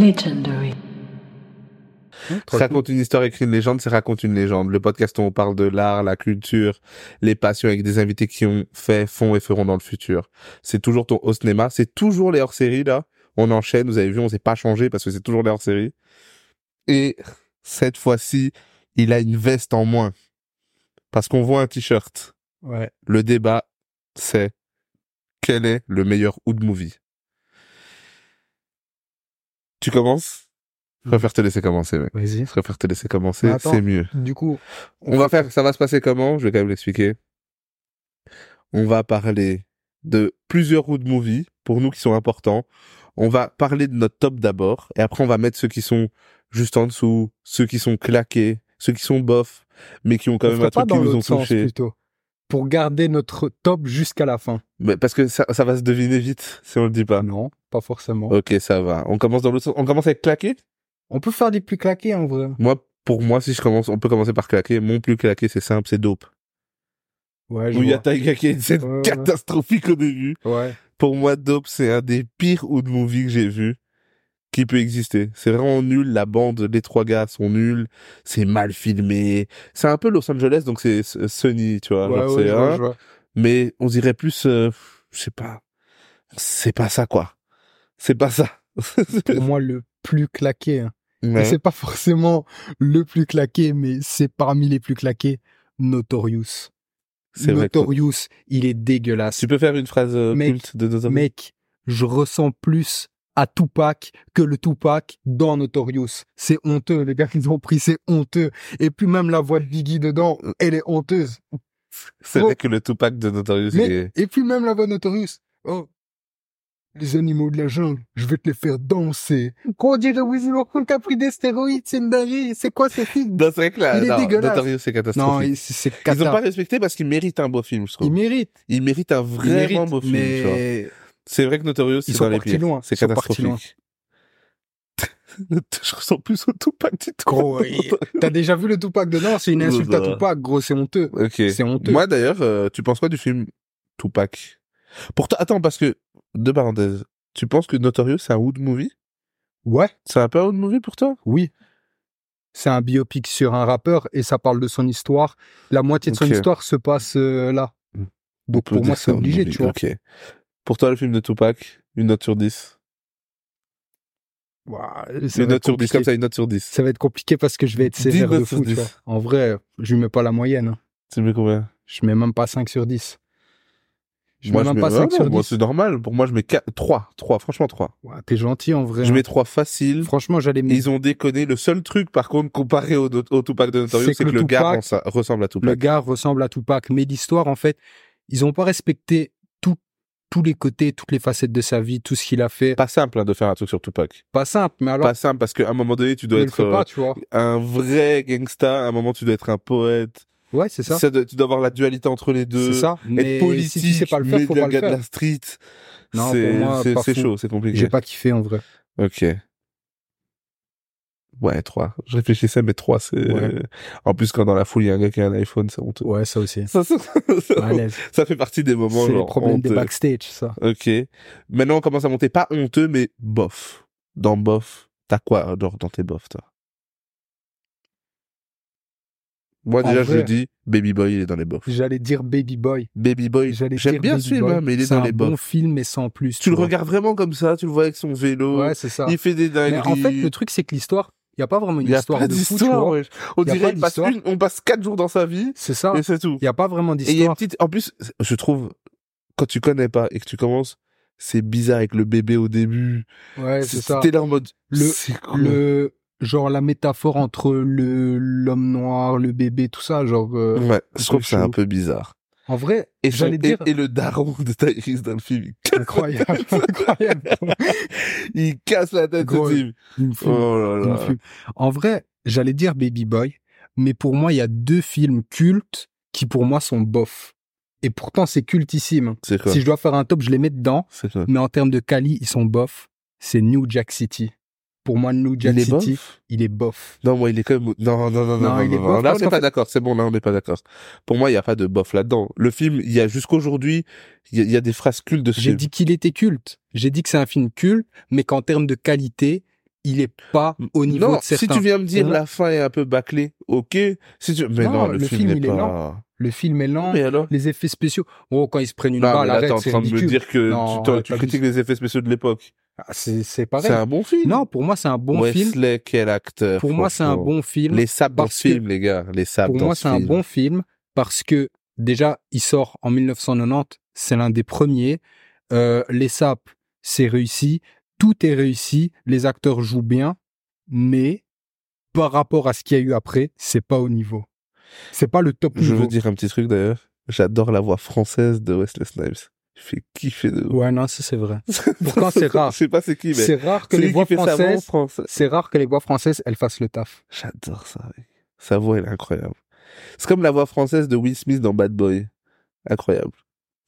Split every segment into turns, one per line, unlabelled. Legendary.
Hein, Raconte une histoire, écrit une légende, c'est raconte une légende. Le podcast où on parle de l'art, la culture, les passions avec des invités qui ont fait, font et feront dans le futur. C'est toujours ton au cinéma, c'est toujours les hors-séries là. On enchaîne, vous avez vu, on s'est pas changé parce que c'est toujours les hors-séries. Et cette fois-ci, il a une veste en moins parce qu'on voit un t-shirt.
Ouais.
Le débat, c'est quel est le meilleur hood movie Tu commences Je préfère te laisser commencer, mec.
Vas-y.
Je préfère te laisser commencer,
Attends.
c'est mieux.
Du coup,
On va faire, ça va se passer comment Je vais quand même l'expliquer. On va parler de plusieurs road movies pour nous qui sont importants. On va parler de notre top d'abord et après on va mettre ceux qui sont juste en dessous, ceux qui sont claqués, ceux qui sont bof, mais qui ont quand
on
même
fera
un
pas
truc qui
dans
nous ont
l'autre sens
touchés.
plutôt. Pour garder notre top jusqu'à la fin.
Mais parce que ça, ça va se deviner vite si on le dit pas.
Ah Non, pas forcément.
Ok, ça va. On commence dans l'autre sens. On commence avec claqué.
On peut faire des plus claqués en vrai.
Moi, pour moi, si je commence, on peut commencer par claquer. Mon plus claqué, c'est simple, c'est dope.
Ouais, je
Où il y a
vois.
Taika qui a une scène
Ouais, ouais.
catastrophique au début.
Ouais.
pour moi, Dope, c'est un des pires hood movies que j'ai vu qui peut exister. C'est vraiment nul. La bande, les trois gars sont nuls. C'est mal filmé. C'est un peu Los Angeles, donc c'est s- sunny, tu vois.
ouais,
genre,
ouais,
c'est
je vois,
un.
je vois.
Mais on dirait plus, euh, je sais pas. C'est pas ça, quoi. C'est pas ça.
Pour moi, le plus claqué. hein.
Ouais.
Et C'est pas forcément le plus claqué, mais c'est parmi les plus claqués. Notorious.
C'est vrai que-
Notorious, il est dégueulasse.
Tu peux faire une phrase euh,
Mec,
culte de Notorious
Mec, je ressens plus à Tupac que le Tupac dans Notorious. C'est honteux, les gars qu'ils ont pris, c'est honteux. Et puis même la voix de Biggie dedans, elle est honteuse.
C'est
Oh.
vrai que le Tupac de Notorious, il
Mais-
est-
Et puis même la voix de Notorious. Oh, les animaux de la jungle, je vais te les faire danser. Qu'on dirait Wizzy Workout qui a pris des stéroïdes, c'est une dinguerie. C'est quoi ce film
Non, c'est vrai que là,
Il est
non,
dégueulasse.
Notorious, c'est catastrophique.
Non, il- c'est c'est
Ils ont
cata.
pas respecté parce qu'ils méritent un beau film, je trouve.
Ils méritent.
Il mérite un
Ils
vraiment
méritent,
beau film. tu vois.
mais
C'est vrai que Notorious,
ils
c'est dans
sont
les
partis
pires.
loin.
C'est
Ils sont partis loin.
catastrophique. Je ressens plus au Tupac du tout.
Gros, et- t'as déjà vu le Tupac dedans C'est une
Ouais,
insulte
ça
à
va.
Tupac, gros, c'est honteux.
Ok.
C'est honteux.
bah. Moi d'ailleurs, euh, tu penses quoi du film Tupac Pourtant, attends, parce que deux parenthèses. Tu penses que Notorious c'est un hood movie
Ouais,
C'est un peu un hood movie pour toi
oui. C'est un biopic sur un rappeur et ça parle de son histoire. La moitié de son
Ok. Mm.
histoire se passe euh, là. Donc
On peut
pour moi,
dire
c'est
un hood
obligé,
movie,
tu vois.
Ok. Pour toi, le film de Tupac, une note sur 10.
Ouah, ça, va
Une note
être
sur 10, comme
compliqué.
ça, une note sur 10.
ça va être compliqué parce que je vais être
10
sévère de
notes sur
fou, tu
10.
vois. En vrai, je lui mets pas la moyenne. hein.
Tu mets combien
Je mets même pas 5 sur 10. Je
Moi,
mets même pas 5
ah non,
sur
moi,
10.
c'est normal. Pour moi, je mets 4... 3. 3, franchement 3.
Ouah, T'es gentil en vrai.
Je
hein.
mets 3 facile.
Franchement, j'allais
Ils ont déconné. Le seul truc, par contre, comparé au, au Tupac de Notorious, c'est que, le gars
Tupac-
ren- ça ressemble à
le
Tupac.
gars ressemble à Tupac. Mais l'histoire, en fait, ils ont pas respecté tout- tous les côtés, toutes les facettes de sa vie, tout ce qu'il a fait.
Pas simple hein, de faire un truc sur Tupac.
Pas simple, mais alors,
pas simple parce qu'à un moment donné, tu
ne
dois
le
être
fait pas,
euh,
tu vois.
un vrai gangsta. À un moment, tu dois être un poète.
Ouais, c'est ça.
Ça doit- tu dois avoir la dualité entre les deux.
C'est ça. Mais
euh, Être politique,
si tu sais pas le faire,
mais
faut
le
pas le
gars de
faire.
la street.
Non, pour
C'est-
moi,
c'est
pas
c'est
fou.
chaud, c'est compliqué.
J'ai pas kiffé en vrai.
Ok. Ouais, 3. Je réfléchissais, mais 3, c'est...
Ouais.
En plus, quand dans la foule, il y a un gars qui a un iPhone, c'est honteux.
Ouais, ça aussi.
Ça, ça- ça-
Malaise.
ça fait partie des moments,
C'est le
genre,
problème des
honteux.
backstage, ça.
Ok. Maintenant, on commence à monter. Pas honteux, mais bof. Dans bof, t'as quoi euh, dans, dans tes bofs, toi Moi,
En
déjà, je
vrai-
le dis, Baby Boy, il est dans les bofs.
J'allais dire Baby Boy.
Baby Boy,
J'allais
j'aime
dire
bien
Baby
ce film,
Boy.
hein, mais il est
C'est
dans les
un
bofs.
bon film, mais sans plus.
Tu le
vois.
regardes vraiment comme ça, tu le vois avec son vélo,
Ouais, c'est ça.
il fait des dingueries.
Mais en fait, le truc, c'est que l'histoire, il y a pas vraiment
il
une
y a
histoire
pas
de fou, tu
d'histoire,
vois.
wesh. On
Y a
dirait
pas
il passe
d'histoire.
une- on passe quatre jours dans sa vie,
C'est ça.
et c'est tout.
Il y a pas vraiment
Et il y a une
d'histoire.
petite. En plus, je trouve, quand tu connais pas et que tu commences, c'est bizarre avec le bébé au début.
Ouais, c'est ça.
T'es là en mode.
Le-
c'est quoi
le genre la métaphore entre le l'homme noir, le bébé, tout ça, genre euh,
Ouais, je
c'est
trouve ça un
chelou.
peu bizarre.
en vrai,
Et, son-
j'allais
et-
dire
et le daron de Tyrese dans le film, il casse,
incroyable, incroyable.
il casse la tête
Gros,
au film.
Il me fume,
Oh là
il me
là.
fume. En vrai, j'allais dire Baby Boy, mais pour moi il y a deux films cultes qui pour moi sont bof. Et pourtant c'est cultissime.
C'est quoi
Si je dois faire un top, je les mets dedans,
C'est quoi
mais en termes de quali, ils sont bof. C'est New Jack City. Pour moi, New Jack
Il est
City,
bof
il est bof.
Non, moi, il est quand même. Non, non, non, non,
Non, il est bof
Là, on
parce
n'est
qu'en
pas
fait-
d'accord. C'est bon, là, on n'est pas d'accord. Pour moi, il n'y a pas de bof là-dedans. Le film, il y a jusqu'aujourd'hui, il y, a- il y a des phrases cultes de ce
J'ai
film.
dit qu'il était culte. J'ai dit que c'est un film culte, mais qu'en termes de qualité, il est pas au niveau
non,
de certains.
si tu viens me dire
On-
la fin est un peu bâclée, ok. Si tu... Mais non, le, film, n'est
il est
pas.
Le film est lent,
Mais alors
les effets spéciaux. Oh, quand ils se prennent une
Non, mais
balle,
là, t'es
arrête,
en
c'est
train de me
ridicule.
dire que
Non,
tu, t'en-
arrête,
tu
pas du-
critiques les effets spéciaux de l'époque.
Ah, C'est c'est
C'est
pareil.
un bon film.
Non, pour moi, c'est un bon film.
Wesley, quel acteur.
Pour moi, c'est un
franchement.
bon film.
Les sables dans
parce
ce
que-
film, les gars. Les sables
Pour
Ah, dans
moi,
ce
c'est un
film.
bon film parce que déjà, il sort en 1990. C'est l'un des premiers. Euh, les sapes, c'est réussi. Tout est réussi. Les acteurs jouent bien. Mais par rapport à ce qu'il y a eu après, c'est pas au niveau. C'est pas le top
Je
niveau.
veux dire un petit truc d'ailleurs. J'adore la voix française de Wesley Snipes. Je fais kiffer de ouf.
Ouais, non, ça c'est vrai. Pourtant, c'est rare.
Je sais pas c'est qui, mais.
C'est rare que
c'est lui
les
qui
voix
fait sa voix en
françaises,
français.
c'est rare que les voix françaises, elles fassent le taf.
J'adore ça. mec. Sa voix, elle est incroyable. C'est comme la voix française de Will Smith dans Bad Boy. Incroyable.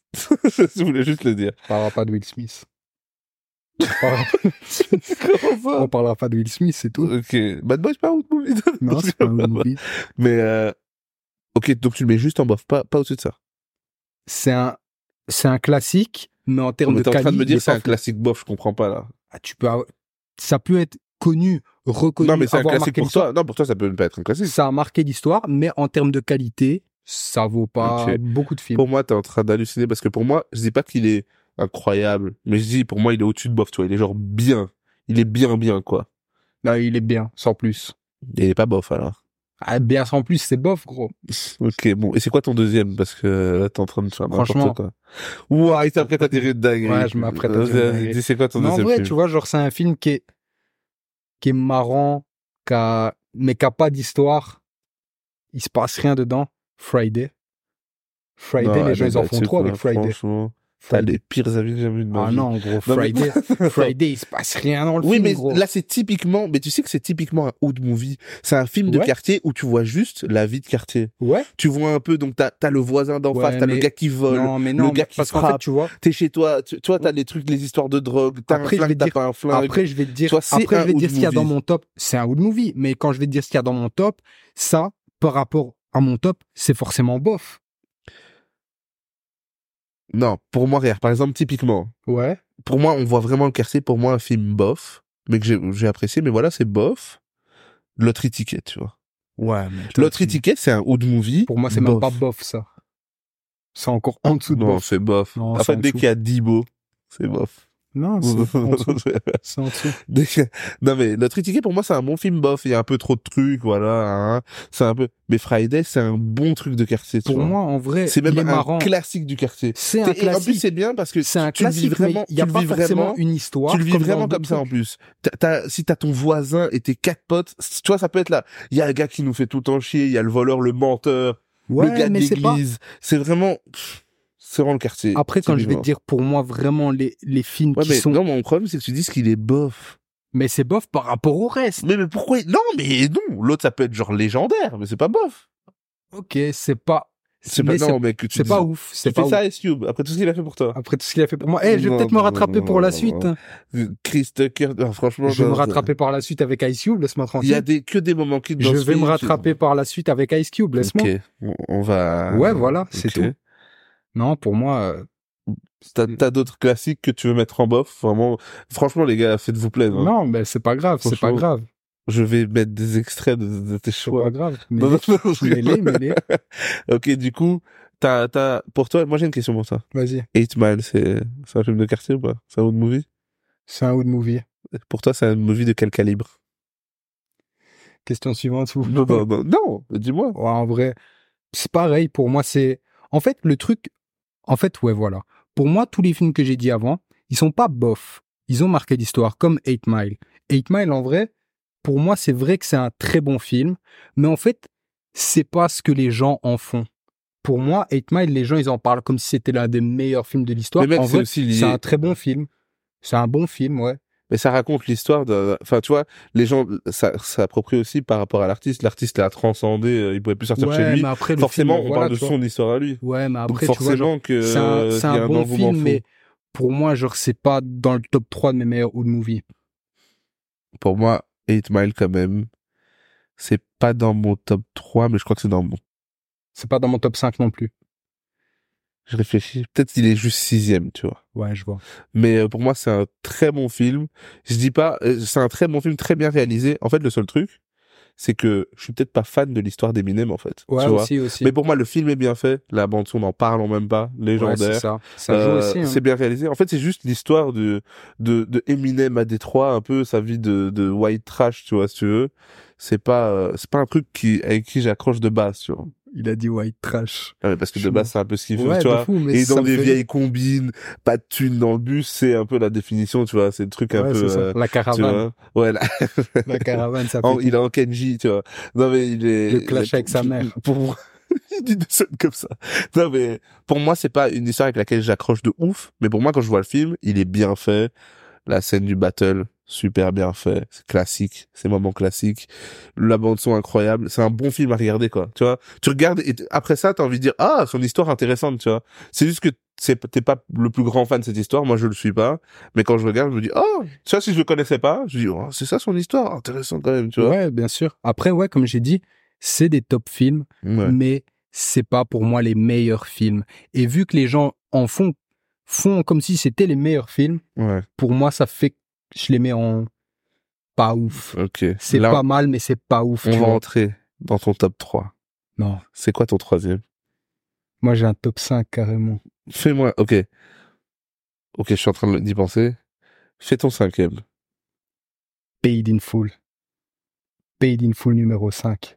je voulais juste le dire.
On parlera pas de Will Smith. On parlera, on parlera pas de Will Smith, c'est tout.
ok. Bad Boy, c'est pas un autre movie.
Non, c'est pas un movie.
Mais, euh, ok, donc tu le mets juste en bof, pas, pas au-dessus de ça.
c'est un c'est un classique, mais en termes
Mais
de oh,
t'es en
qualité,
train de me
il
dire
est
c'est
pas
un
fou.
classique bof, je comprends pas là.
Ah, tu peux avoir- ça peut être connu, reconnu,
non, mais c'est un
avoir
classique
marqué
pour
l'histoire.
toi. Non, pour toi, ça peut ne pas être un classique.
Ça a marqué l'histoire, mais en termes de qualité, ça vaut pas
Ok.
beaucoup de films.
Pour moi, t'es en train d'halluciner parce que pour moi, je dis pas qu'il est incroyable, mais je dis pour moi, il est au-dessus de bof, tu vois. Il est genre bien. Il est bien, bien, quoi.
Non, il est bien, sans plus.
Il est pas bof, alors.
Ah, bien sans plus, c'est bof, gros.
Ok, bon. Et c'est quoi ton deuxième? Parce que là, t'es en train de faire
Franchement.
n'importe quoi. Ouah, il t'apprête à dire une dinguerie.
Ouais, je m'apprête à dire une
Vas-y, vas-y,
dinguerie.
Dis, c'est quoi ton
Mais en
deuxième
vrai,
film
tu vois, genre, c'est un film qui est, qui est marrant, qui a- mais qui a pas d'histoire. Il se passe rien dedans. Friday. Friday,
Non,
les gens,
elle
ils en
est
font
là-dessus,
trop
quoi,
avec Friday.
Franchement, t'as
Friday.
les pires avis que j'ai vus de ma
Ah
vie.
non, gros,
Non, mais-
Friday, Friday, il se passe rien dans le
Oui,
film,
mais
gros.
là, c'est typiquement, mais tu sais que c'est typiquement un old movie. C'est un film de
Ouais.
quartier où tu vois juste la vie de quartier.
Ouais.
Tu vois un peu, donc t'as as le voisin d'en
Ouais,
face, t'as le
mais-
gars qui vole.
Non, mais non,
le gars
mais
qui
parce qu'en fait,
frappe.
tu vois,
T'es chez toi, tu, toi t'as les trucs, les histoires de drogue, t'as un
Après, je vais
flingue, t'as
dire-
pas un flingue.
après, je vais te dire,
Toi, c'est
après,
un
je vais te
hood
dire ce qu'il y a dans
movie.
mon top. C'est un hood movie, mais quand je vais te dire ce qu'il y a dans mon top, ça, par rapport à mon top, c'est forcément bof.
Non, pour moi, regarde, par exemple, typiquement,
Ouais.
pour moi, on voit vraiment le quartier, pour moi, un film bof, mais que j'ai j'ai apprécié, mais voilà, c'est bof. L'autre étiquette, tu vois.
Ouais,
L'autre étiquette, c'est un old movie.
Pour moi, c'est même pas bof, ça. C'est encore en dessous de
Non,
bof.
c'est bof.
Non,
en
c'est
fait,
en
dès
dessous.
qu'il y a Dibo, c'est bof.
Non, c'est en dessous. C'est en dessous.
Dès que- non mais le Tritiquet pour moi c'est un bon film bof, il y a un peu trop de trucs voilà, hein. c'est un peu mais Friday c'est un bon truc de quartier tu
Pour
vois.
moi, en vrai,
c'est même
il est
un
marrant.
classique du quartier.
C'est un
T'es- et En plus
classique.
c'est bien parce que
C'est un
tu le vis
classique, mais
vraiment,
il n'y a
tu le
pas
vis
forcément
vraiment,
une histoire.
tu le vis
comme
vraiment
dans
comme
d'autres
ça en
trucs.
plus. T'as- t'as- si t'as ton voisin et tes quatre potes, c- tu vois ça peut être là. Il y a le gars qui nous fait tout le temps chier, il y a le voleur, le menteur, le
Ouais,
gars de
mais c'est pas,
l'église. C'est vraiment, pff, c'est vraiment le quartier.
Après, quand je vais
typiquement.
te dire pour moi vraiment les, les films
Ouais,
qui
mais
sont.
non, mon problème, c'est que tu dis qu'il est bof.
Mais c'est bof par rapport au reste.
Mais, mais pourquoi il- Non, mais non. L'autre, ça peut être genre légendaire, mais c'est pas bof.
Ok, c'est pas.
C'est pas
mais
non, mais que tu
C'est
dis-
pas ouf.
Tu
C'est
fais
pas ouf.
ça, Ice Cube, après tout ce qu'il a fait pour toi.
Après tout ce qu'il a fait pour moi. Eh, je vais
Non,
peut-être me
non,
rattraper
non,
pour la
non,
suite.
non.
hein.
Chris Tucker, ah, franchement,
Je vais me
non,
rattraper par la suite avec Ice Cube, laisse-moi
Il y a
tranquille.
des, que des moments qui.
Je vais me rattraper par la suite avec Ice Cube, laisse-moi.
Ok, on- on va.
Ouais, voilà, c'est
Ok.
tout. Non, pour moi. euh,
T'as, t'as d'autres classiques que tu veux mettre en bof, vraiment. Franchement, les gars, faites-vous plaisir. hein.
Non, mais c'est pas grave, c'est pas
Franchement,
grave.
Je vais mettre des extraits de, de tes
C'est pas
choix.
grave.
Non, non, non, je
Mêlé,
rigole.
mêlé.
Ok, du coup, t'as, t'as, pour toi, moi j'ai une question pour toi.
Vas-y.
8 Mile, c'est c'est un film de quartier ou pas C'est un autre movie
C'est un hood movie.
Pour toi, c'est un movie de quel calibre
Question suivante. s'il vous
Non,
plaît.
non, non, Bah, non, dis-moi.
Ouais, en vrai, c'est pareil pour moi. C'est en fait le truc. En fait, ouais, voilà. Pour moi, tous les films que j'ai dit avant, ils sont pas bof. Ils ont marqué l'histoire, comme Eight Mile. Eight Mile, en vrai, pour moi, c'est vrai que c'est un très bon film, mais en fait, c'est pas ce que les gens en font. Pour moi, Eight Mile, les gens, ils en parlent comme si c'était l'un des meilleurs films de l'histoire.
Mais mec,
En
c'est
vrai,
aussi
c'est
lié.
un très bon film. C'est un bon film, ouais.
Mais ça raconte l'histoire de. Enfin, tu vois, les gens ça s'approprient aussi par rapport à l'artiste. L'artiste l'a transcendé, euh, il pouvait plus sortir chez
Ouais,
lui.
mais après, le
Forcément,
film,
on
voilà,
parle de
tu vois.
son histoire à lui.
Ouais, mais après,
Donc
tu vois, genre,
forcément que
C'est un,
euh,
c'est
il y
un
a
bon
engouement
film,
fou.
mais pour moi, genre, c'est pas dans le top 3 de mes meilleurs old movies.
Pour moi, 8 Mile quand même, c'est pas dans mon top 3, mais je crois que c'est dans mon.
C'est pas dans mon top 5 non plus.
Je réfléchis. Peut-être qu'il est juste sixième, tu vois.
Ouais, je vois.
Mais euh, pour moi, c'est un très bon film. Je dis pas, euh, c'est un très bon film, très bien réalisé. En fait, le seul truc, c'est que je suis peut-être pas fan de l'histoire d'Eminem, en fait.
Ouais,
tu vois.
aussi, aussi.
Mais pour moi, le film est bien fait. La bande son, n'en parlons même pas.
Ouais,
Légendaire.
c'est ça. Ça joue
Euh,
aussi. hein.
C'est bien réalisé. En fait, c'est juste l'histoire de, de de Eminem à Détroit, un peu sa vie de, de white trash, tu vois, si tu veux. C'est pas euh, c'est pas un truc qui avec qui j'accroche de base, tu vois.
Il a dit white trash.
Ah ouais, parce que
Je
de base, c'est un peu ce qu'il fait,
Ouais,
tu
de
vois.
fou, mais
Et
ça
dans
me
des
fait-
vieilles combines, pas de thunes dans le bus, c'est un peu la définition, tu vois. C'est le truc un
Ouais,
peu.
c'est ça.
euh,
La
tu
caravane.
vois. Ouais, là,
La caravane, ça fait.
en- il est en Kenji, tu vois. Non mais il est.
Le clash
il est-
avec sa mère.
Pour moi, il dit des choses comme ça. Non mais pour moi, c'est pas une histoire avec laquelle j'accroche de ouf. Mais pour moi, quand je vois le film, il est bien fait. La scène du battle, super bien fait. C'est classique. C'est moment classique. La bande son incroyable. C'est un bon film à regarder quoi. Tu vois. Tu regardes et t- après ça, t'as envie de dire ah son histoire intéressante. Tu vois. C'est juste que c'est t'es pas le plus grand fan de cette histoire. Moi, je le suis pas. Mais quand je regarde, je me dis oh ça si je le connaissais pas, je dis oh, c'est ça son histoire intéressant quand même. Tu vois.
Ouais, bien sûr. Après, ouais, comme j'ai dit, c'est des top films,
Ouais.
mais c'est pas pour moi les meilleurs films. Et vu que les gens en font, font comme si c'était les meilleurs films,
Ouais.
pour moi, ça fait que je les mets en pas ouf.
Ok.
C'est
Là,
pas mal, mais c'est pas ouf.
On
tu
va
vois.
entrer dans ton top 3.
Non.
C'est quoi ton troisième
Moi, j'ai un top 5 carrément.
Fais-moi. Ok. Ok, je suis en train d'y penser. Fais ton cinquième.
Paid in Full. Paid in Full numéro 5.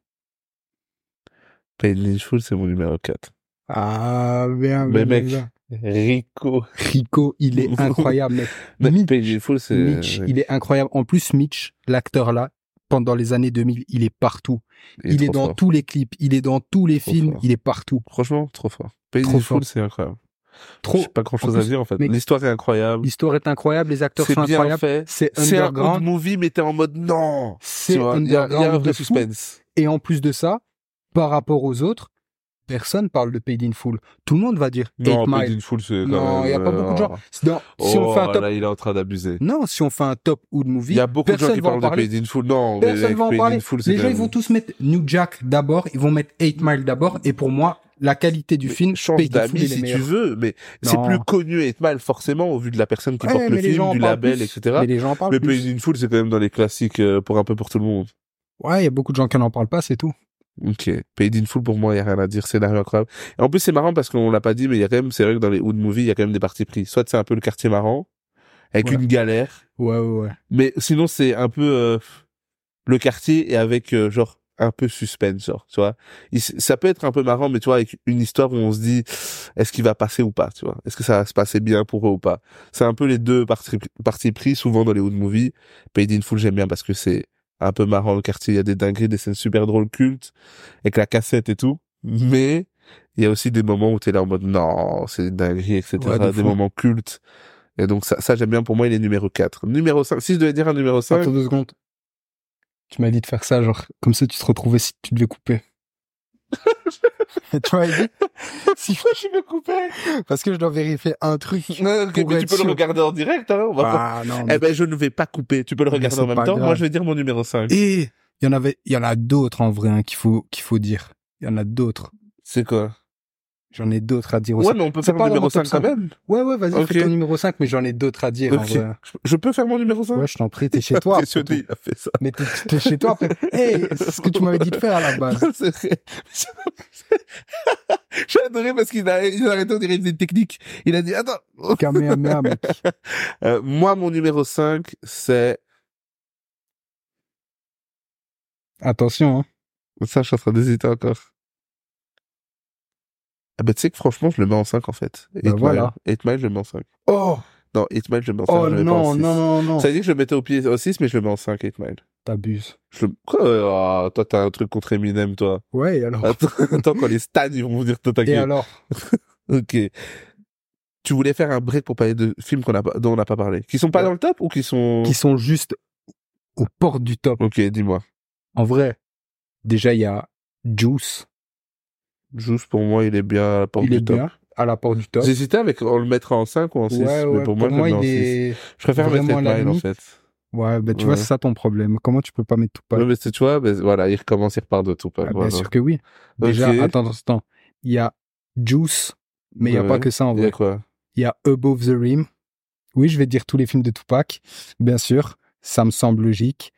Pain Lynchful, c'est mon numéro 4.
Ah, bien, bien,
Mais mec,
bien.
Rico.
Rico, il est incroyable, mec.
Pain
Mitch,
Lynchful, c'est. euh,
Mitch, il est incroyable. En plus, Mitch, l'acteur là, pendant les années 2000, il est partout. Il, est,
trop
dans
fort.
tous les clips, il est dans tous les
Trop
films,
fort.
il est partout.
Franchement, trop fort. Pain
Trop
Lynchful,
fort.
c'est incroyable.
Trop.
J'ai pas grand chose
En
à
plus,
dire en fait.
mec,
L'histoire est incroyable.
L'histoire est incroyable, les acteurs
C'est
sont
bien
incroyables.
fait.
C'est
C'est un old
underground.
movie, mais t'es en mode non.
C'est
Tu vois, Il y, a- il y a un
underground
vrai
de fou.
suspense.
Et en plus de ça, par rapport aux autres, personne parle de Paid in Full. Tout le monde va dire
Non,
8
Pain
Mile.
Lynchful, c'est. quand
Non,
même,
il y a pas
euh,
beaucoup de gens. Non, si on
Oh,
fait un top,
là, il est en train d'abuser.
non, si on fait un top Hood movie,
Il y a beaucoup de gens
personne
qui
va en
parlent de
parler.
Paid in Full. Non, mais
Personne
avec
va en
Paid in
parler.
Full, c'est
Les
quand
gens, ils
même-
vont tous mettre New Jack d'abord, ils vont mettre 8 Mile d'abord, et pour moi, la qualité du film,
Change
Paid in Full
d'amis
est les
si tu
meilleurs.
veux, mais c'est
Non.
plus connu et mal forcément au vu de la personne qui
Ouais,
porte
mais
le
les gens
film,
en
du
parlent
label,
plus.
etc.
Mais les gens en parlent
Mais
plus.
Paid in Full, c'est quand même dans les classiques euh, pour un peu pour tout le monde.
Ouais, il y a beaucoup de gens qui n'en parlent pas, c'est tout.
Ok, Paid in Full pour moi, il y a rien à dire, scénario incroyable. Et en plus c'est marrant parce qu'on l'a pas dit, mais il y a quand même, c'est vrai que dans les hood movies, il y a quand même des parties pris. Soit c'est un peu le quartier marrant avec
Ouais.
une galère,
Ouais, ouais, ouais.
Mais sinon, c'est un peu euh, le quartier et avec euh, genre un peu suspense, genre, tu vois. Il s- ça peut être un peu marrant, mais tu vois, avec une histoire où on se dit, est-ce qu'il va passer ou pas, tu vois. Est-ce que ça va se passer bien pour eux ou pas. C'est un peu les deux parti- parties pris, souvent dans les hood movies. Paid in Full, j'aime bien parce que c'est un peu marrant le quartier. Il y a des dingueries, des scènes super drôles cultes, avec la cassette et tout. Mais il y a aussi des moments où t'es là en mode, non, c'est des dingueries, etc.
Ouais, de
des
fou.
moments cultes. Et donc ça, ça j'aime bien. Pour moi, il est numéro 4. Numéro 5. Si je devais dire un numéro 5,
Attends deux secondes. Tu m'as dit de faire ça, genre, comme ça, tu te retrouvais si tu devais couper. tu m'as dit, si,
je vais couper.
parce que je dois vérifier un truc.
Non, ok,
Pour
mais tu
être
peux le
sûr.
regarder en direct. Hein, on va pas-
Ah, non.
Eh ben, je ne vais pas couper. Tu peux le
Mais
regarder
c'est
en même
pas
temps.
grave.
Moi, je vais dire mon numéro 5.
Et il y en avait, il y en a d'autres en vrai hein, qu'il faut, qu'il faut dire. Il y en a d'autres.
C'est quoi
J'en ai d'autres à dire aussi.
Ouais, mais on peut
C'est
faire mon
pas dans
numéro
mon top
5 quand
cinq.
même.
Ouais, ouais, vas-y,
Ok.
fais ton numéro 5, mais j'en ai d'autres à dire, en
Ok.
vrai. hein.
Je- Je peux faire mon numéro 5
Ouais, je t'en prie, t'es chez toi. après tout.
Impressionné, il a fait ça.
Mais t'es t'es chez toi après. Hey, c'est ce que tu m'avais dit de faire à la base.
C'est vrai. J'ai adoré parce qu'il a, il a arrêté, on dirait des techniques. Il a dit, attends.
Kamehameha, mec.
Euh, moi, mon numéro 5, c'est,
Attention, hein.
ça, je suis en train d'hésiter encore. Ah, bah, tu sais que franchement, je le mets en 5, en fait.
Bah,
Eight
voilà.
Mile. Eight Mile, je le mets en 5.
Oh,
Non, 8 Mile, je le mets en 5.
oh
je le mets pas
non, non,
en six.
non, non.
Ça veut dire que je le mettais au pied au 6, mais je le mets en 5, 8 Mile.
T'abuses.
Je le... Quoi Ah, Toi, t'as un truc contre Eminem, toi.
Ouais, et alors.
Attends, attends quand les stades, ils vont vous dire, toi, ta
Et
gueule.
alors?
Ok. Tu voulais faire un break pour parler de films qu'on a, pas- dont on n'a pas parlé. Qui sont pas
Ouais.
dans le top ou qui sont...
Qui sont juste aux portes du top.
Ok, dis-moi.
En vrai, déjà, il y a Juice.
Juste pour moi, il est bien à la porte
Il est
du top.
bien à la porte du top.
J'hésitais avec on le mettre en 5 ou en 6,
Ouais,
mais
ouais,
pour moi, je le
il
mets en 6.
est.
Je préfère mettre
vraiment à
8
la
Mile, en
limite.
fait.
Ouais, bah, tu
Ouais.
vois, c'est ça ton problème. Comment tu peux pas mettre tout pas Ah, bah,
Ouais, mais c'est- tu vois, ben, voilà, il Ah, recommence, il repart de tout. pas
Bien sûr que oui. Déjà,
Ok.
attends, attends, attends. Il y a Juice, mais il n'y a
Ouais.
pas que ça en
Il y a
vrai.
quoi
Il y a Above the Rim. Oui, je vais dire tous les films de Tupac, bien sûr. Ça me semble logique.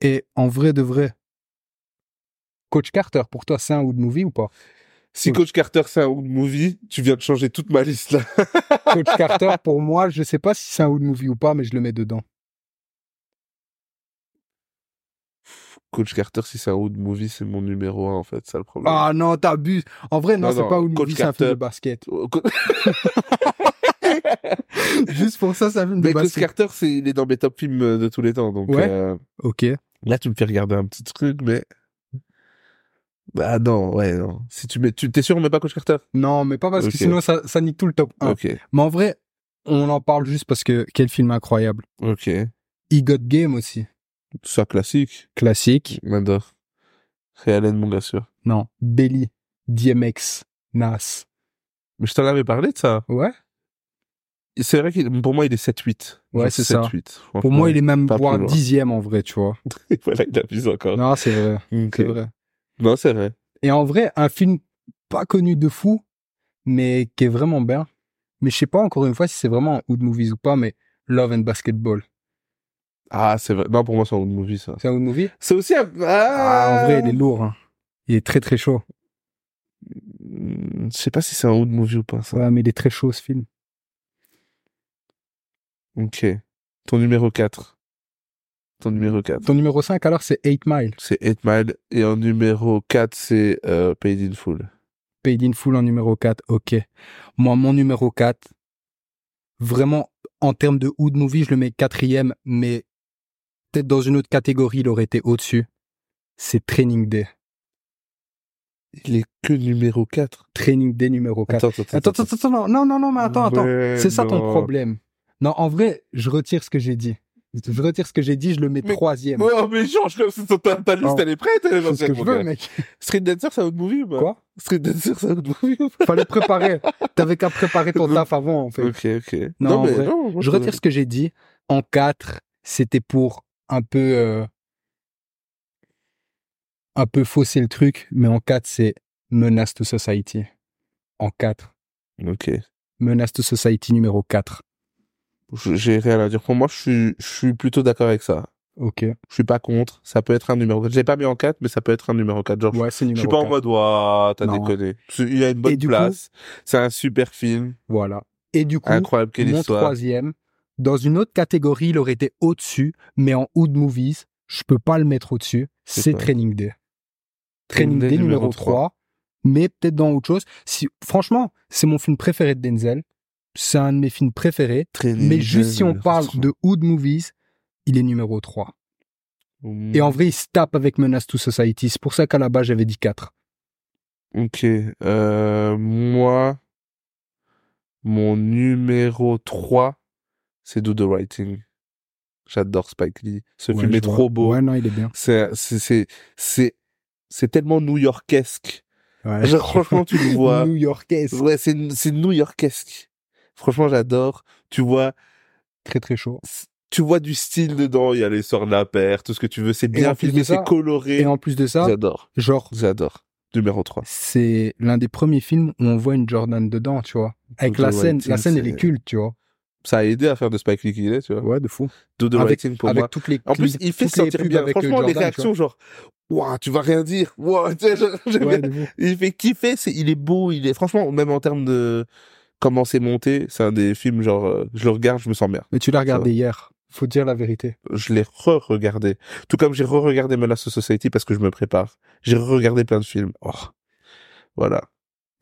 Et en vrai de vrai, Coach Carter, pour toi, c'est un Wood Movie ou pas
Si
Oui.
Coach Carter c'est un old movie, tu viens de changer toute ma liste là.
Coach Carter, pour moi, je sais pas si c'est un Wood Movie ou pas, mais je le mets dedans.
Coach Carter, si c'est un old movie, c'est mon numéro un en fait, ça le problème.
Ah non, t'abuses. En vrai, non,
Non,
c'est
non,
pas Wood
Coach
Movie, c'est un film de
Carter.
basket.
Oh, Co-
Juste pour ça, c'est un film de
Mais Coach
basket.
Carter, c'est il est dans mes top films euh, de tous les temps, donc.
Ouais.
euh,
Ok.
Là, tu me fais regarder un petit truc, mais. Bah non, ouais, non. Si tu mets, tu t'es sûr, on met pas Coach Carter
Non, mais pas parce
Ok.
que sinon, ça, ça nique tout le top 1.
Ok,
Mais en vrai, on en parle juste parce que quel film incroyable.
ok.
E Got Game aussi.
Ça classique.
Classique.
J'adore. Ray Allen, mon gars sûr.
Non. Belly. DMX. Nas.
Mais je t'en avais parlé de ça.
Ouais.
C'est vrai qu'il, pour moi, il est 7-8.
Ouais,
Genre
c'est ça.
7-8.
Pour moi, il est même
pas
voire
plus hein. loin.
dixième en vrai, tu vois.
est. voilà, il abuse encore.
Non, c'est vrai.
Ok.
C'est vrai.
Non, c'est vrai.
Et en vrai, un film pas connu de fou, mais qui est vraiment bien. Mais je sais pas encore une fois si c'est vraiment un Hood Movies ou pas, mais Love and Basketball.
Ah, c'est vrai. Non, pour moi, c'est un old movie, ça.
C'est un Hood Movie
C'est aussi un.
Ah,
Ah,
en vrai, il est lourd. hein. Il est très très chaud.
Hmm, Je sais pas si c'est un old movie ou pas, ça.
Ouais, mais il est très chaud ce film.
Ok. Ton numéro 4. Ton numéro 4.
Ton numéro 5 alors, c'est 8 Mile.
c'est 8 Mile. Et en numéro 4, c'est euh, Paid in Full.
Paid in Full en numéro 4, ok. Moi, mon numéro 4, vraiment, en termes de Hood Movie, je le mets quatrième, mais peut-être dans une autre catégorie, il aurait été au-dessus. C'est Training Day.
Il est que numéro 4.
Training Day numéro 4.
Attends, attends,
Attends, attends, attends, non, non, non, non, mais attends, attends.
Mais
C'est ça ton
non.
problème. Non, en vrai, je retire ce que j'ai dit. Je retire ce que j'ai dit, je le mets
Mais-
troisième.
Ouais, oh, mais change, comme si ton- ta, ta liste,
Non.
elle est prête. Elle est
C'est ce
prête,
que
mon
je veux,
gars.
mec.
Street Dancer, c'est un autre movie ou pas
Quoi
Street Dancer, c'est un autre movie ou pas
Fallait préparer. T'avais qu'à préparer ton taf avant, en fait.
Ok, ok.
Non, en vrai,
non, moi,
Je retire ce que j'ai dit. En 4, c'était pour un peu euh, un peu fausser le truc, mais en 4, c'est Menace to Society. En 4,
Ok.
Menace to Society numéro 4.
Je- J'ai rien à dire. Pour moi, je suis, je suis plutôt d'accord avec ça.
OK.
Je suis pas contre. Ça peut être un numéro 4. J'ai pas mis en 4, mais ça peut être un numéro 4. Genre,
Ouais, c'est
je
numéro
suis pas en
4.
mode, ouah, t'as
Non.
déconné. Il a une bonne
Et du coup-
place. C'est un super film.
Voilà. Et du coup,
Incroyable quelle
mon
histoire.
troisième, dans une autre catégorie, il aurait été au-dessus, mais en Hood Movies, je peux pas le mettre au-dessus.
C'est
C'est
quoi
Training Day. Training Day numéro 3, mais peut-être dans autre chose. Si, franchement, c'est mon film préféré de Denzel. C'est un de mes films préférés.
Training
Mais
Day
juste si on
numéro
parle
3.
de Hood Movies, il est numéro 3. Et
Mm.
en vrai, il se tape avec Menace to Society. C'est pour ça qu'à la base, j'avais dit 4.
Ok. Euh, moi, mon numéro 3, c'est Do the Writing. J'adore Spike Lee. Ce film est trop beau.
Ouais, non, il est bien.
C'est, c'est, c'est, c'est, c'est tellement new-yorkesque.
Ouais.
Genre, franchement, tu le vois.
New-yorkais.
Ouais, c'est, c'est new-yorkesque. Franchement, j'adore. Tu vois,
Très, très chaud.
tu vois du style dedans. Il y a les soeurs de la paire, tout ce que tu veux. C'est bien
en plus de
filmé,
ça-
c'est coloré.
Et en plus de ça,
J'adore.
genre,
J'adore. Numéro 3.
c'est l'un des premiers films où on voit une Jordan dedans, tu vois. Avec
Do the
la scène,
Writing,
la scène, elle
c'est-
est culte, tu vois.
ça a aidé à faire de Spike Lee qu'il est, tu vois.
Ouais, de fou.
Do the writing pour
Avec
moi.
toutes les
En plus,
clips,
il fait
toutes les
sentir
pubs
bien.
avec, euh,
Franchement,
Jordan,
les
tu
réactions, genre, waouh, tu vas rien dire. Waouh, tu sais, genre, j'aime
vois.
bien.
Ouais, de fou.
Il fait kiffer, c'est, il est beau, il est, franchement, même en termes de comment c'est monté, c'est un des films, genre, euh, je le regarde, je me sens bien.
Mais tu l'as regardé
Ça
hier. Faut dire la vérité.
Je l'ai re-regardé. Tout comme j'ai re-regardé Menace to Society parce que je me prépare. J'ai re-regardé plein de films. Oh. Voilà.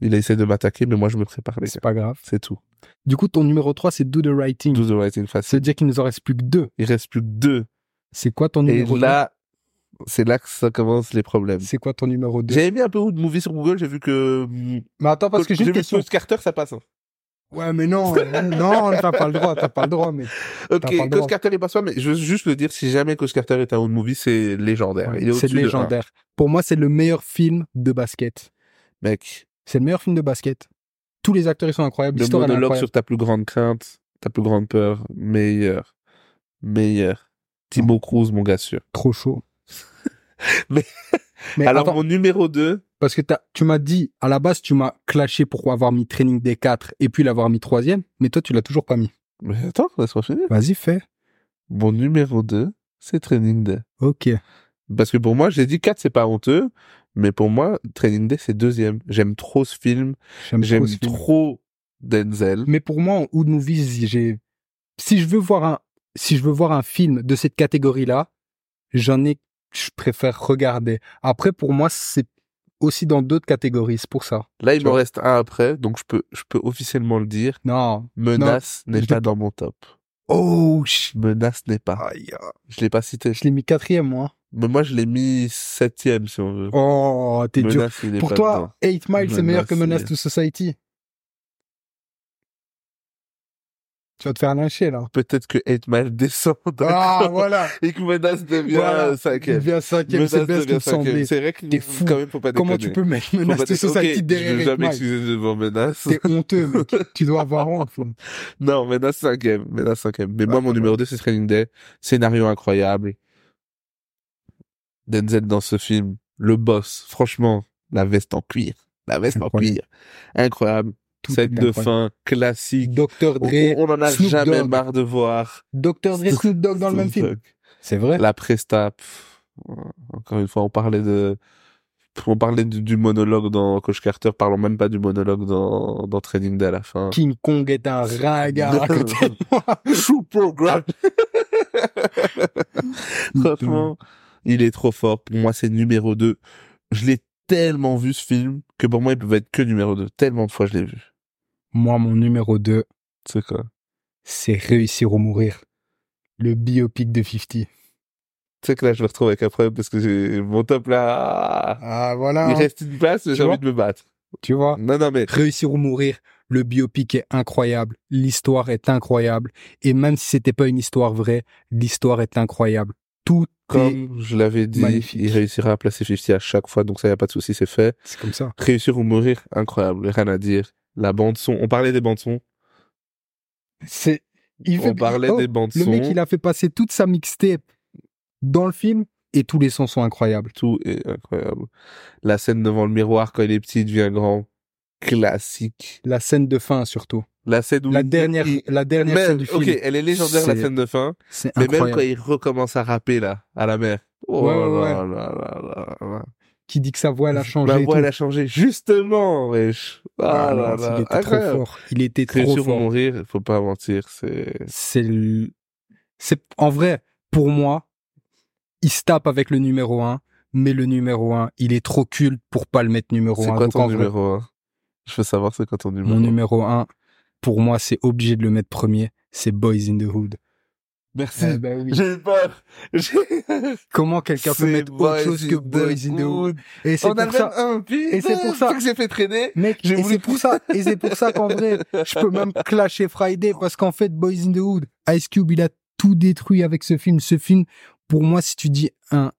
Il a essayé de m'attaquer, mais moi, je me prépare, les
C'est
gars.
pas grave.
C'est tout.
Du coup, ton numéro 3, c'est Do the Writing.
Do the writing
Ça
facile.
veut dire qu'il nous en reste plus que deux.
Il reste plus que deux.
C'est quoi ton
Et
numéro
là, c'est là que ça commence les problèmes.
2 C'est quoi ton numéro 2
J'avais mis un peu de Movie sur Google, j'ai vu que. mm,
Mais attends, parce que j'ai une
vu
question.
Coach Carter, ça passe. hein.
Ouais, mais non, euh, non, t'as pas le droit, t'as pas le droit, mais pas le
Ok,
droit.
Coach Carter est pas soi, mais je veux juste le dire, si jamais Coach Carter est un Old Movie, c'est légendaire. Il est
c'est
au-dessus de un.
légendaire. Pour moi, c'est le meilleur film de basket.
Mec,
C'est le meilleur film de basket. Tous les acteurs, ils sont incroyables.
le
L'histoire, elle est
monologue
incroyable.
sur ta plus grande crainte, ta plus grande peur, meilleur. Meilleur. Timo Cruz, mon gars sûr.
Trop chaud.
Mais-
Mais
Alors,
attends,
mon numéro 2,
Parce que t'as- tu m'as dit, à la base, tu m'as clashé pour avoir mis Training des 4 et puis l'avoir mis troisième, mais toi, tu l'as toujours pas mis.
Mais attends, laisse-moi finir.
Vas-y, fais.
Mon numéro 2, c'est Training Day.
Ok.
Parce que pour moi, j'ai dit 4, c'est pas honteux. Mais pour moi, Training Day, c'est deuxième. J'aime trop ce film.
J'aime trop
J'aime
ce film.
trop Denzel.
Mais pour moi, en Hood Movies, j'ai, si je veux voir un, si je veux voir un film de cette catégorie-là, j'en ai, je préfère regarder. Après, pour moi, c'est aussi dans d'autres catégories, c'est pour ça.
Là, il
Tu
m'en
vois.
reste un après, donc je peux, je peux officiellement le dire.
Non.
Menace n'est
je-
pas dans mon top.
Oh, ch-
Menace n'est pas.
aïe, ah.
Je l'ai pas cité.
je l'ai mis quatrième, moi.
Mais moi, je l'ai mis septième, si on veut.
Oh, t'es dur.
Menace, il est
Pour
pas dedans.
toi, 8 Mile, c'est meilleur
Menace,
que Menace
c'est-
to Society. Tu vas te faire lyncher, là.
Peut-être que 8 Mile descend
Ah,
d'accord,
voilà.
et que Menace devient
Voilà. Il
cinquième.
devient cinquième, c'est
Menace
best, il me
devient cinquième.
semblait.
C'est vrai que
T'es fou.
quand même, faut pas déconner.
Comment tu peux mettre
Faut
Menace
pas
to
dé-
Society
Ok, Je
derrière
vais jamais
Eight Mile
excuser devant Menace.
T'es honteux, mec. tu dois avoir honte. là.
Non, Menace cinquième. Menace cinquième. Mais moi,
Ah,
mon
ouais.
numéro 2, c'est Training Day. Scénario incroyable. Denzel dans ce film. Le boss. Franchement, la veste en cuir. La veste en
Incroyable.
cuir. Incroyable.
Tout
Cette
est
de
incroyable.
fin classique.
Dr.
On,
Dre,
on en a
Snoop
jamais
Dogg.
marre de voir.
Dr. Dre, Snoop Dogg dans le même film.
Snoop Dogg.
C'est vrai.
La presta. pff, encore une fois, on parlait de. pff, On parlait du, du monologue dans Coach Carter, parlons même pas du monologue dans, dans Training Day à la fin.
King Kong est un ringard à côté de moi.
Super grave. Franchement, il est trop fort. Pour moi, c'est numéro 2. Je l'ai tellement vu ce film que pour moi, il pouvait être que numéro 2. Tellement de fois je l'ai vu.
Moi, mon numéro 2,
C'est quoi
c'est Réussir ou Mourir. Le biopic de 50.
Tu sais que là, je me retrouve avec un problème parce que j'ai mon top là.
Ah,
Il
voilà. hein.
reste une place, mais
Tu
j'ai
vois
envie de me battre.
Tu vois.
Non, non, mais
Réussir ou mourir, le biopic est incroyable, l'histoire est incroyable, et même si c'était pas une histoire vraie, l'histoire est incroyable. Tout est...
comme je l'avais dit,
magnifique.
il réussira à placer 50 à chaque fois, donc ça, y a pas de souci, c'est fait.
C'est comme ça.
Réussir ou mourir, incroyable, rien à dire. La bande son, on parlait des bandes son.
C'est... Il
On parlait
Oh,
des bandes
Le
son.
mec, il a fait passer toute sa mixtape dans le film, et tous les sons sont incroyables.
Tout est incroyable. La scène devant le miroir quand il est petit il devient grand. Classique.
La scène de fin, surtout.
La scène où
La
il-
dernière,
il-
la dernière
Même-
scène du film.
ok, elle est légendaire la
C'est
scène de fin,
C'est
mais même
incroyable.
quand il recommence à rapper là, à la mer. Oh
Ouais, ouais,
là là là là là.
Qui dit que sa voix, elle a changé
La
et
voix
tout.
elle a changé justement, wesh. Ah,
Ah,
là
non,
là,
il était
incroyable.
trop fort. Il était
C'est
trop
sûr
fort.
mourir, faut pas mentir, c'est
c'est le- c'est en vrai pour moi il se tape avec le numéro 1 mais le numéro 1 il est trop culte pour pas le mettre numéro
c'est
1
quoi ton numéro un Je veux savoir c'est quoi ton numéro.
mon
un.
numéro 1 pour moi c'est obligé de le mettre premier c'est Boys in the Hood
Merci.
Eh ben oui.
J'ai eu peur. J'ai-
comment quelqu'un peut
C'est
mettre autre
Boys
chose que
in the
Boys in the Hood
Hood.
et c'est
On
pour
a même
ça
un
Et c'est pour ça.
que j'ai fait traîner.
Mec,
J'ai
et
voulu-
c'est pour ça, et c'est pour ça qu'en vrai, je peux même clasher Friday parce qu'en fait, Boys in the Hood, Ice Cube, il a tout détruit avec ce film. Ce film, pour moi, si tu dis un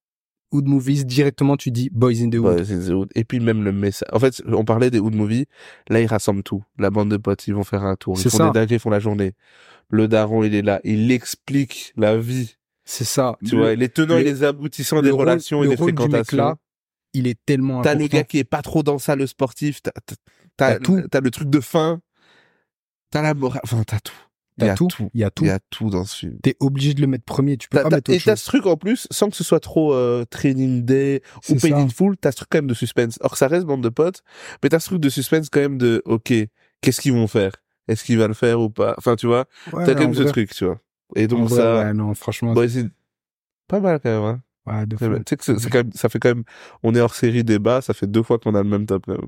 Hood Movies, directement tu dis Boys in the Hood.
Ouais, c'est des Hood. Et puis même le message. En fait, on parlait des Hood Movies. Là, ils rassemblent tout. La bande de potes, ils vont faire un tour. Ils
C'est
font
ça.
des dingueries, ils font la journée. Le daron, il est là. Il explique la vie.
C'est ça.
Tu
Le-
vois, les tenants
le-
et les aboutissants
le
des
rôle-
relations et
le
des
rôle du mec
fréquentations.
là, il est tellement
T'as
important.
le gars qui est pas trop dans ça, le sportif. T'as, t'as- t'as-
T'as tout.
T'as le truc de fin. T'as la morale. Enfin, t'as tout. Il y
T'as
a
tout.
tout.
Il y a tout.
Il y a tout dans ce film.
T'es obligé de le mettre premier. Tu peux
T'as-
pas
t'as-
mettre
et
autre
t'as
chose.
ce truc en plus, sans que ce soit trop euh, Training Day ou
C'est
Pain
ça.
in Full, t'as ce truc quand même de suspense. Or, ça reste bande de potes, mais t'as ce truc de suspense quand même de, ok, qu'est-ce qu'ils vont faire Est-ce qu'il va le faire ou pas Enfin, tu vois,
Ouais,
t'as quand
en
même ce
vrai-
truc, tu vois. Et
en
donc
vrai,
ça,
ouais, non, franchement,
Boys in- pas mal quand même. Hein.
ouais, de
C'est-
fou.
Tu sais que c'est- c'est quand même, ça fait quand même, on est hors série débat, ça fait deux fois qu'on a le même top. Quand même.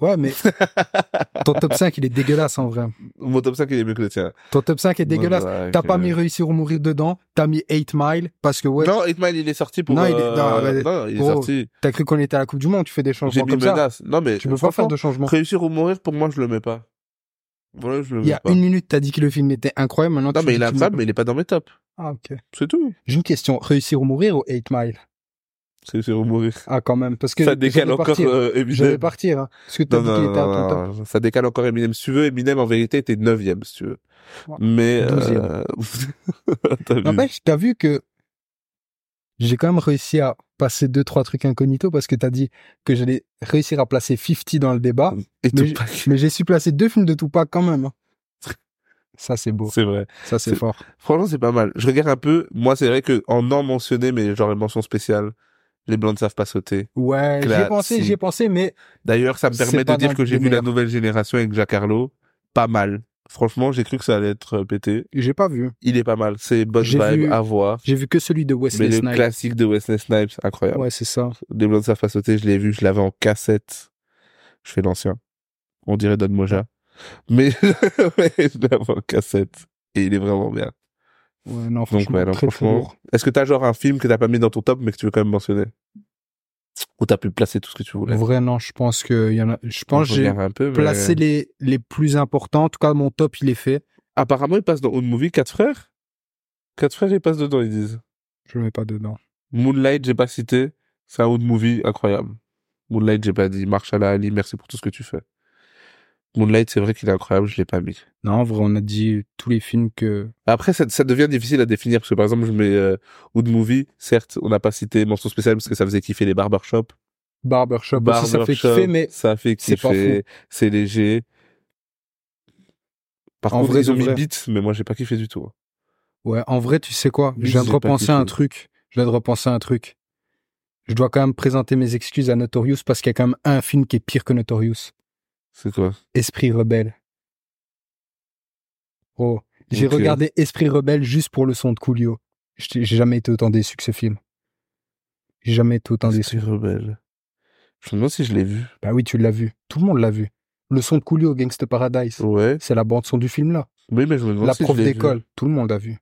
Ouais, mais ton top 5, il est dégueulasse en vrai.
Mon top 5 il est mieux que le tien. euh.
Ton top 5 est dégueulasse.
Voilà,
T'as
que-
pas mis réussir ou mourir dedans, t'as mis 8 Mile parce que ouais,
Non, Hitman il est sorti pour.
Non, il est-
euh,
non, mais-
non, il est
gros,
sorti.
t'as cru qu'on était à la Coupe du Monde, tu fais des
J'ai
changements
mis
comme ça.
menace. Non mais
Tu peux pas
franchement,
faire de changements.
Réussir ou mourir, pour moi, je le mets pas. Voilà, je le
Il y
mets
a
pas.
une minute, t'as dit que le film était incroyable, maintenant
Non,
tu
mais
dis
il a
qu'il me-
pas, mais il est pas dans mes tops.
Ah, ok.
C'est tout.
J'ai une question, réussir ou mourir ou 8 Mile
Réussir ou mourir.
Ah, quand même, parce que
Ça décale
j'allais
encore
partir.
euh,
J'allais
Eminem.
partir, hein, parce que t'as
Non,
dit qu'il
non,
était à
non,
ton top.
non, non, ça décale encore Eminem. Si tu veux, Eminem, en vérité, était neuvième, si tu veux.
Ouais.
Mais, euh,
Douzième.
t'as vu.
N'empêche, t'as vu que j'ai quand même réussi à passer deux, trois trucs incognito parce que t'as dit que j'allais réussir à placer 50 dans le débat.
Et
Mais,
Tupac,
j'ai- mais j'ai su placer deux films de Tupac quand même. hein. Ça, c'est beau.
c'est vrai.
Ça, c'est
c'est-
fort.
Franchement, c'est pas mal. Je regarde un peu. Moi, c'est vrai que en en mentionné, mais genre les mentions spéciales, les blancs ne savent pas sauter.
Ouais, j'y ai
Classique.
pensé, j'y ai pensé, mais
D'ailleurs, ça me
C'est
permet de
pas dans
dire que
le
j'ai vu la
meilleur.
nouvelle génération avec Jack Harlow. Pas mal. Franchement, j'ai cru que ça allait être euh, pété.
j'ai pas vu.
Il est pas mal. C'est bonne
J'ai
vibe
vu-
à voir.
J'ai vu que celui de
Mais
Wesley
le
Snipes.
classique de Wesley Snipes, incroyable.
Ouais, c'est ça.
Les blancs ne savent pas sauter, je l'ai vu, je l'avais en cassette. Je fais l'ancien. On dirait Don Moja. Mais je l'avais en cassette. Et il est vraiment bien.
Ouais, non, franchement,
Donc, ouais, non,
très, très
franchement.
lourd.
Est-ce que t'as genre un film que t'as pas mis dans ton top, mais que tu veux quand même mentionner? Ou t'as pu placer tout ce que tu voulais?
En vrai, non, je pense que il y en a, je pense que j'ai
Je regarde euh, un peu, mais-
placé les, les plus importants. En tout cas, mon top, il est fait.
Apparemment, ils passent dans Old Movie, quatre frères. Quatre frères, ils passent dedans, ils disent.
Je le mets pas dedans.
Moonlight, j'ai pas cité. C'est un Old Movie incroyable. Moonlight, j'ai pas dit. Marshall Ali, merci pour tout ce que tu fais. Moonlight, c'est vrai qu'il est incroyable, je l'ai pas mis.
Non, en vrai, on a dit tous les films que,
Après, ça, ça devient difficile à définir parce que par exemple, je mets euh, Old Movie. Certes, on n'a pas cité mention spéciale parce que ça faisait kiffer les barbershop.
Barbershop, aussi, ça fait
Barbershop,
kiffer, mais
ça fait
c'est pas
kiffer, c'est léger. Par
En
contre,
vrai
ils ont
de
mis
vrai.
Beats, mais moi j'ai pas kiffé du tout. hein.
ouais, en vrai, tu sais quoi?
Oui,
Je viens de
j'ai pas
repenser à un
kiffé.
truc. Je viens de repenser à un truc. Je dois quand même présenter mes excuses à Notorious parce qu'il y a quand même un film qui est pire que Notorious.
C'est quoi
Esprit Rebelle. Oh. J'ai
Ok.
regardé Esprit Rebelle juste pour le son de Coolio. J'étais- J'ai jamais été autant déçu que ce film. J'ai jamais été autant déçu.
Esprit rebelle. Je me demande si je l'ai vu.
Bah oui, tu l'as vu. Tout le monde l'a vu. Le son de Coolio, Gangsta Paradise.
Ouais.
C'est la bande-son du film là.
Oui, mais je me demande
la
si je
prof
l'ai vu.
d'école. Tout le monde l'a vu.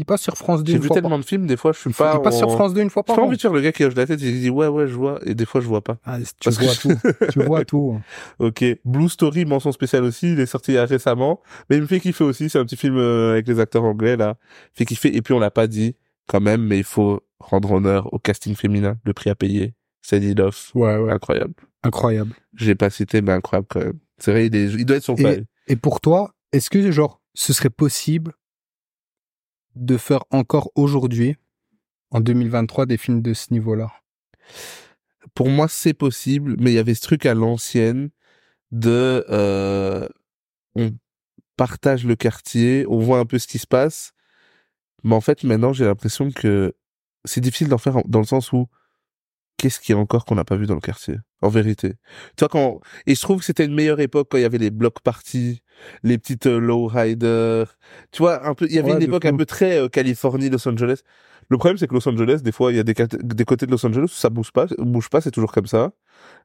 Il passe sur France 2
J'ai
une
vu
fois par
tellement de films, des fois je suis
Il, faut-
pas.
il passe sur
en-
France 2 une fois
J'ai
par
pas
an.
envie de faire le gars qui hoche la tête et qui dit ouais, ouais, je vois. Et des fois je vois pas.
Ah, tu
Parce que
vois
je-
tout. tu vois tout.
Ok. Blue Story, mention spéciale aussi. Il est sorti euh, récemment. Mais il me fait kiffer aussi. C'est un petit film euh, avec les acteurs anglais, là. Fait kiffer. Et puis, on l'a pas dit, quand même, mais il faut rendre honneur au casting féminin. Le prix à payer. Sadie Love.
Ouais, ouais.
Incroyable.
Incroyable. J'ai
J'ai pas cité, mais incroyable quand même. C'est vrai, il, est- il doit être sur le
Et-
palais.
Et pour toi, est-ce que genre ce serait possible de faire encore aujourd'hui, en 2023, des films de ce niveau-là
Bah, Pour moi, c'est possible, mais il y avait ce truc à l'ancienne de, euh, on partage le quartier, on voit un peu ce qui se passe. Mais en fait, maintenant, j'ai l'impression que c'est difficile d'en faire en- dans le sens où qu'est-ce qu'il y a encore qu'on n'a pas vu dans le quartier? En vérité. Tu vois, quand, et je trouve que c'était une meilleure époque quand il y avait les blocs parties, les petites euh, lowriders. Tu vois, un peu, il y avait
Ouais,
une
de
époque
fou.
un peu très euh, Californie, Los Angeles. Le problème, c'est que Los Angeles, des fois, il y a des, cat- des côtés de Los Angeles où ça bouge pas, bouge pas, c'est toujours comme ça.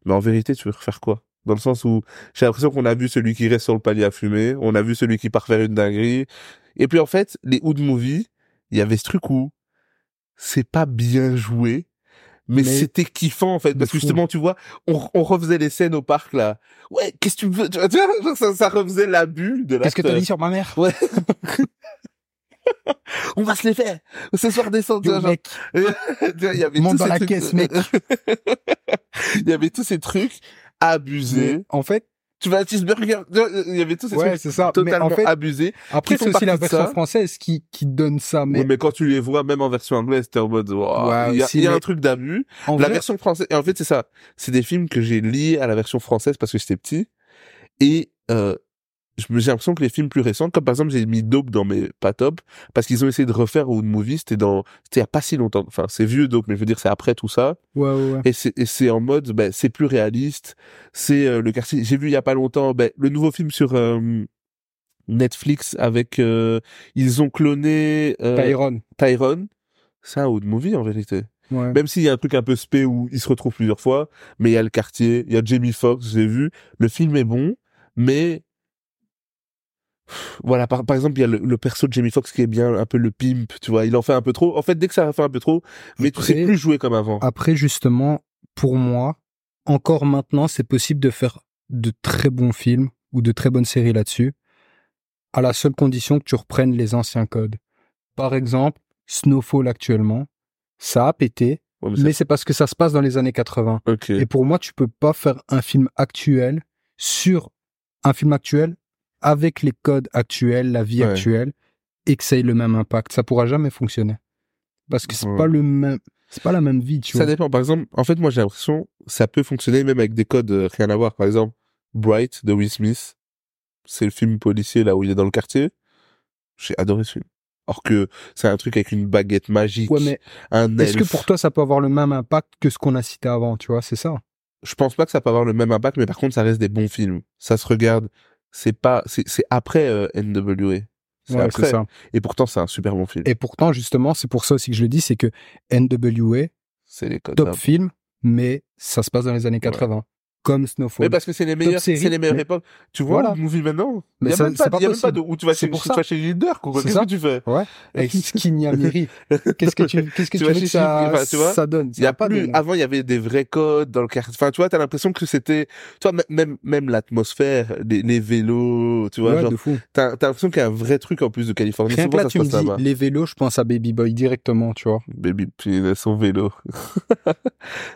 Mais en vérité, tu veux refaire quoi? Dans le sens où j'ai l'impression qu'on a vu celui qui reste sur le palier à fumer, on a vu celui qui part faire une dinguerie. Et puis en fait, les hood movies, il y avait ce truc où c'est pas bien joué, mais,
Mais-
c'était kiffant en fait.
De
Parce que
fou.
justement, tu vois, on, on refaisait les scènes au parc là. Ouais, qu'est-ce que tu veux? Tu vois, tu vois, genre, ça, ça refaisait la bulle de la
Qu'est-ce que t'as dit sur ma mère
euh, Ouais. on va se les faire! Ce soir, descend, tu
Yo,
vois, genre,
mec,
tu vois, il y avait
monte
tous
dans
ces
la
trucs-
caisse, mec.
Il y avait tous ces trucs abusés.
Mais en fait,
Tu vas à Cheeseburger, tu vois, il y avait tous ces
ouais,
trucs
c'est ça. Mais
totalement
en fait,
abusés.
après
qui font
c'est aussi la
partie de ça.
version française qui qui donne ça.
Mais...
Mais
mais quand tu les vois, même en version anglaise, t'es en mode, Wow,
Ouais,
il y a,
aussi,
il y a un
mais-
truc d'abus.
en
La
vrai,
version française, et en fait, c'est ça. C'est des films que j'ai liés à la version française parce que j'étais petit. Et, euh, je me- j'ai l'impression que les films plus récents, comme par exemple, j'ai mis Dope dans mes pas top, parce qu'ils ont essayé de refaire une movie, c'était dans, c'était il y a pas si longtemps. Enfin, c'est vieux Dope, mais je veux dire, c'est après tout ça.
ouais, ouais, ouais.
Et c'est, et c'est en mode, ben, c'est plus réaliste. C'est euh, le quartier. J'ai vu il y a pas longtemps ben, le nouveau film sur euh, Netflix avec euh, ils ont cloné euh,
Tyrone.
Tyrone. C'est un old movie en vérité.
Ouais.
Même s'il y a un truc un peu spé où il se retrouve plusieurs fois, mais il y a le quartier, il y a Jamie Foxx, j'ai vu. Le film est bon, mais Pff, voilà, par, par exemple, il y a le, le perso de Jamie Foxx qui est bien un peu le pimp, tu vois, il en fait un peu trop. En fait, dès que ça fait un peu trop, mais tu sais
Après-
plus jouer comme avant.
Après, justement, pour moi, encore maintenant, c'est possible de faire de très bons films ou de très bonnes séries là-dessus, à la seule condition que tu reprennes les anciens codes. Par exemple, Snowfall actuellement, ça a pété,
Ouais, mais ça-
mais c'est parce que ça se passe dans les années 80.
Ok.
Et pour moi, tu peux pas faire un film actuel sur un film actuel avec les codes actuels, la vie
Ouais.
actuelle, et que ça ait le même impact. Ça pourra jamais fonctionner. parce que c'est
Ouais.
pas le même, c'est pas la même vie, tu
Ça
vois.
dépend. Par exemple, en fait, moi, j'ai l'impression ça peut fonctionner même avec des codes euh, rien à voir. Par exemple, Bright de Will Smith, c'est le film policier là où il est dans le quartier. J'ai adoré ce film. Or que c'est un truc avec une baguette magique,
Ouais, mais
un
est-ce que
elfe.
pour toi ça peut avoir le même impact que ce qu'on a cité avant, tu vois, c'est ça
Je pense pas que ça peut avoir le même impact, mais par contre, ça reste des bons films. Ça se regarde. C'est pas, c'est c'est après euh, NWA. C'est
Ouais,
après.
c'est ça.
Et pourtant, c'est un super bon film.
Et pourtant, justement, c'est pour ça aussi que je le dis, c'est que NWA,
C'est les codes.
top
d'Abraham.
film, mais ça se passe dans les années 80, comme Snowfall.
Mais bah, parce que c'est les meilleurs, c'est
série,
les meilleures
mais-
époques. Tu vois,
Voilà.
le movie maintenant. Il
Mais
y a
ça-
même pas,
c'est pas
y a même pas
possible.
de où tu vas
C'est
chez,
pour
tu
ça.
vas chez Leader, quoi.
C'est
Qu'est-ce
ça.
que tu fais?
Ouais.
Et-
Avec Skinny Qu'est-ce que tu, qu'est-ce que
Tu
tu,
vois,
veux
chez
que ça,
Chiffre, enfin, tu vois,
ça donne
Il y
Ça
a
pas
plus.
donné.
Avant, il y avait des vrais codes dans le quartier. Enfin, tu vois, t'as l'impression que c'était, toi, m- même, même l'atmosphère, les, les vélos, tu vois,
Ouais,
genre,
de fou.
t'as, t'as l'impression qu'il y a un vrai truc en plus de Californie.
Rien
Souvent,
que là,
ça se
tu me
passe
dis
là-bas.
les vélos, je pense à Baby Boy directement, tu vois.
Baby, puis son vélo.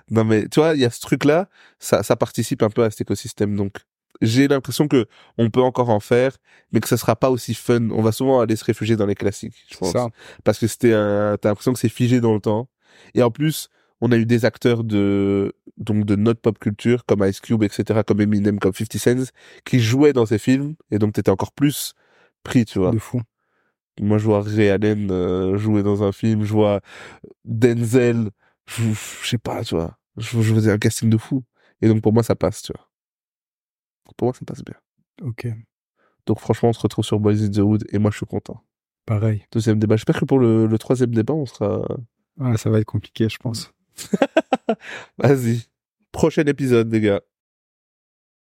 non, mais tu vois, il y a ce truc-là, ça, ça participe un peu à cet écosystème. Donc, j'ai l'impression que on peut encore en faire, mais que ça sera pas aussi fun. On va souvent aller se réfugier dans les classiques, je
C'est
pense.
ça.
Parce que c'était un, t'as l'impression que c'est figé dans le temps. Et en plus, on a eu des acteurs de, donc de notre pop culture, comme Ice Cube, etc., comme Eminem, comme 50 Cent, qui jouaient dans ces films. Et donc, t'étais encore plus pris, tu vois.
De fou.
Moi, je vois Ray Allen euh, jouer dans un film, je vois Denzel, je, je sais pas, tu vois. Je, je faisais un casting de fou. Et donc, pour moi, ça passe, tu vois. Pour moi, ça passe bien.
Ok.
Donc, franchement, on se retrouve sur Boys in the Hood et moi, je suis content.
Pareil.
Deuxième débat. J'espère que pour le, le troisième débat, on sera.
Ah, ça va être compliqué, je pense.
Vas-y. Prochain épisode, les gars.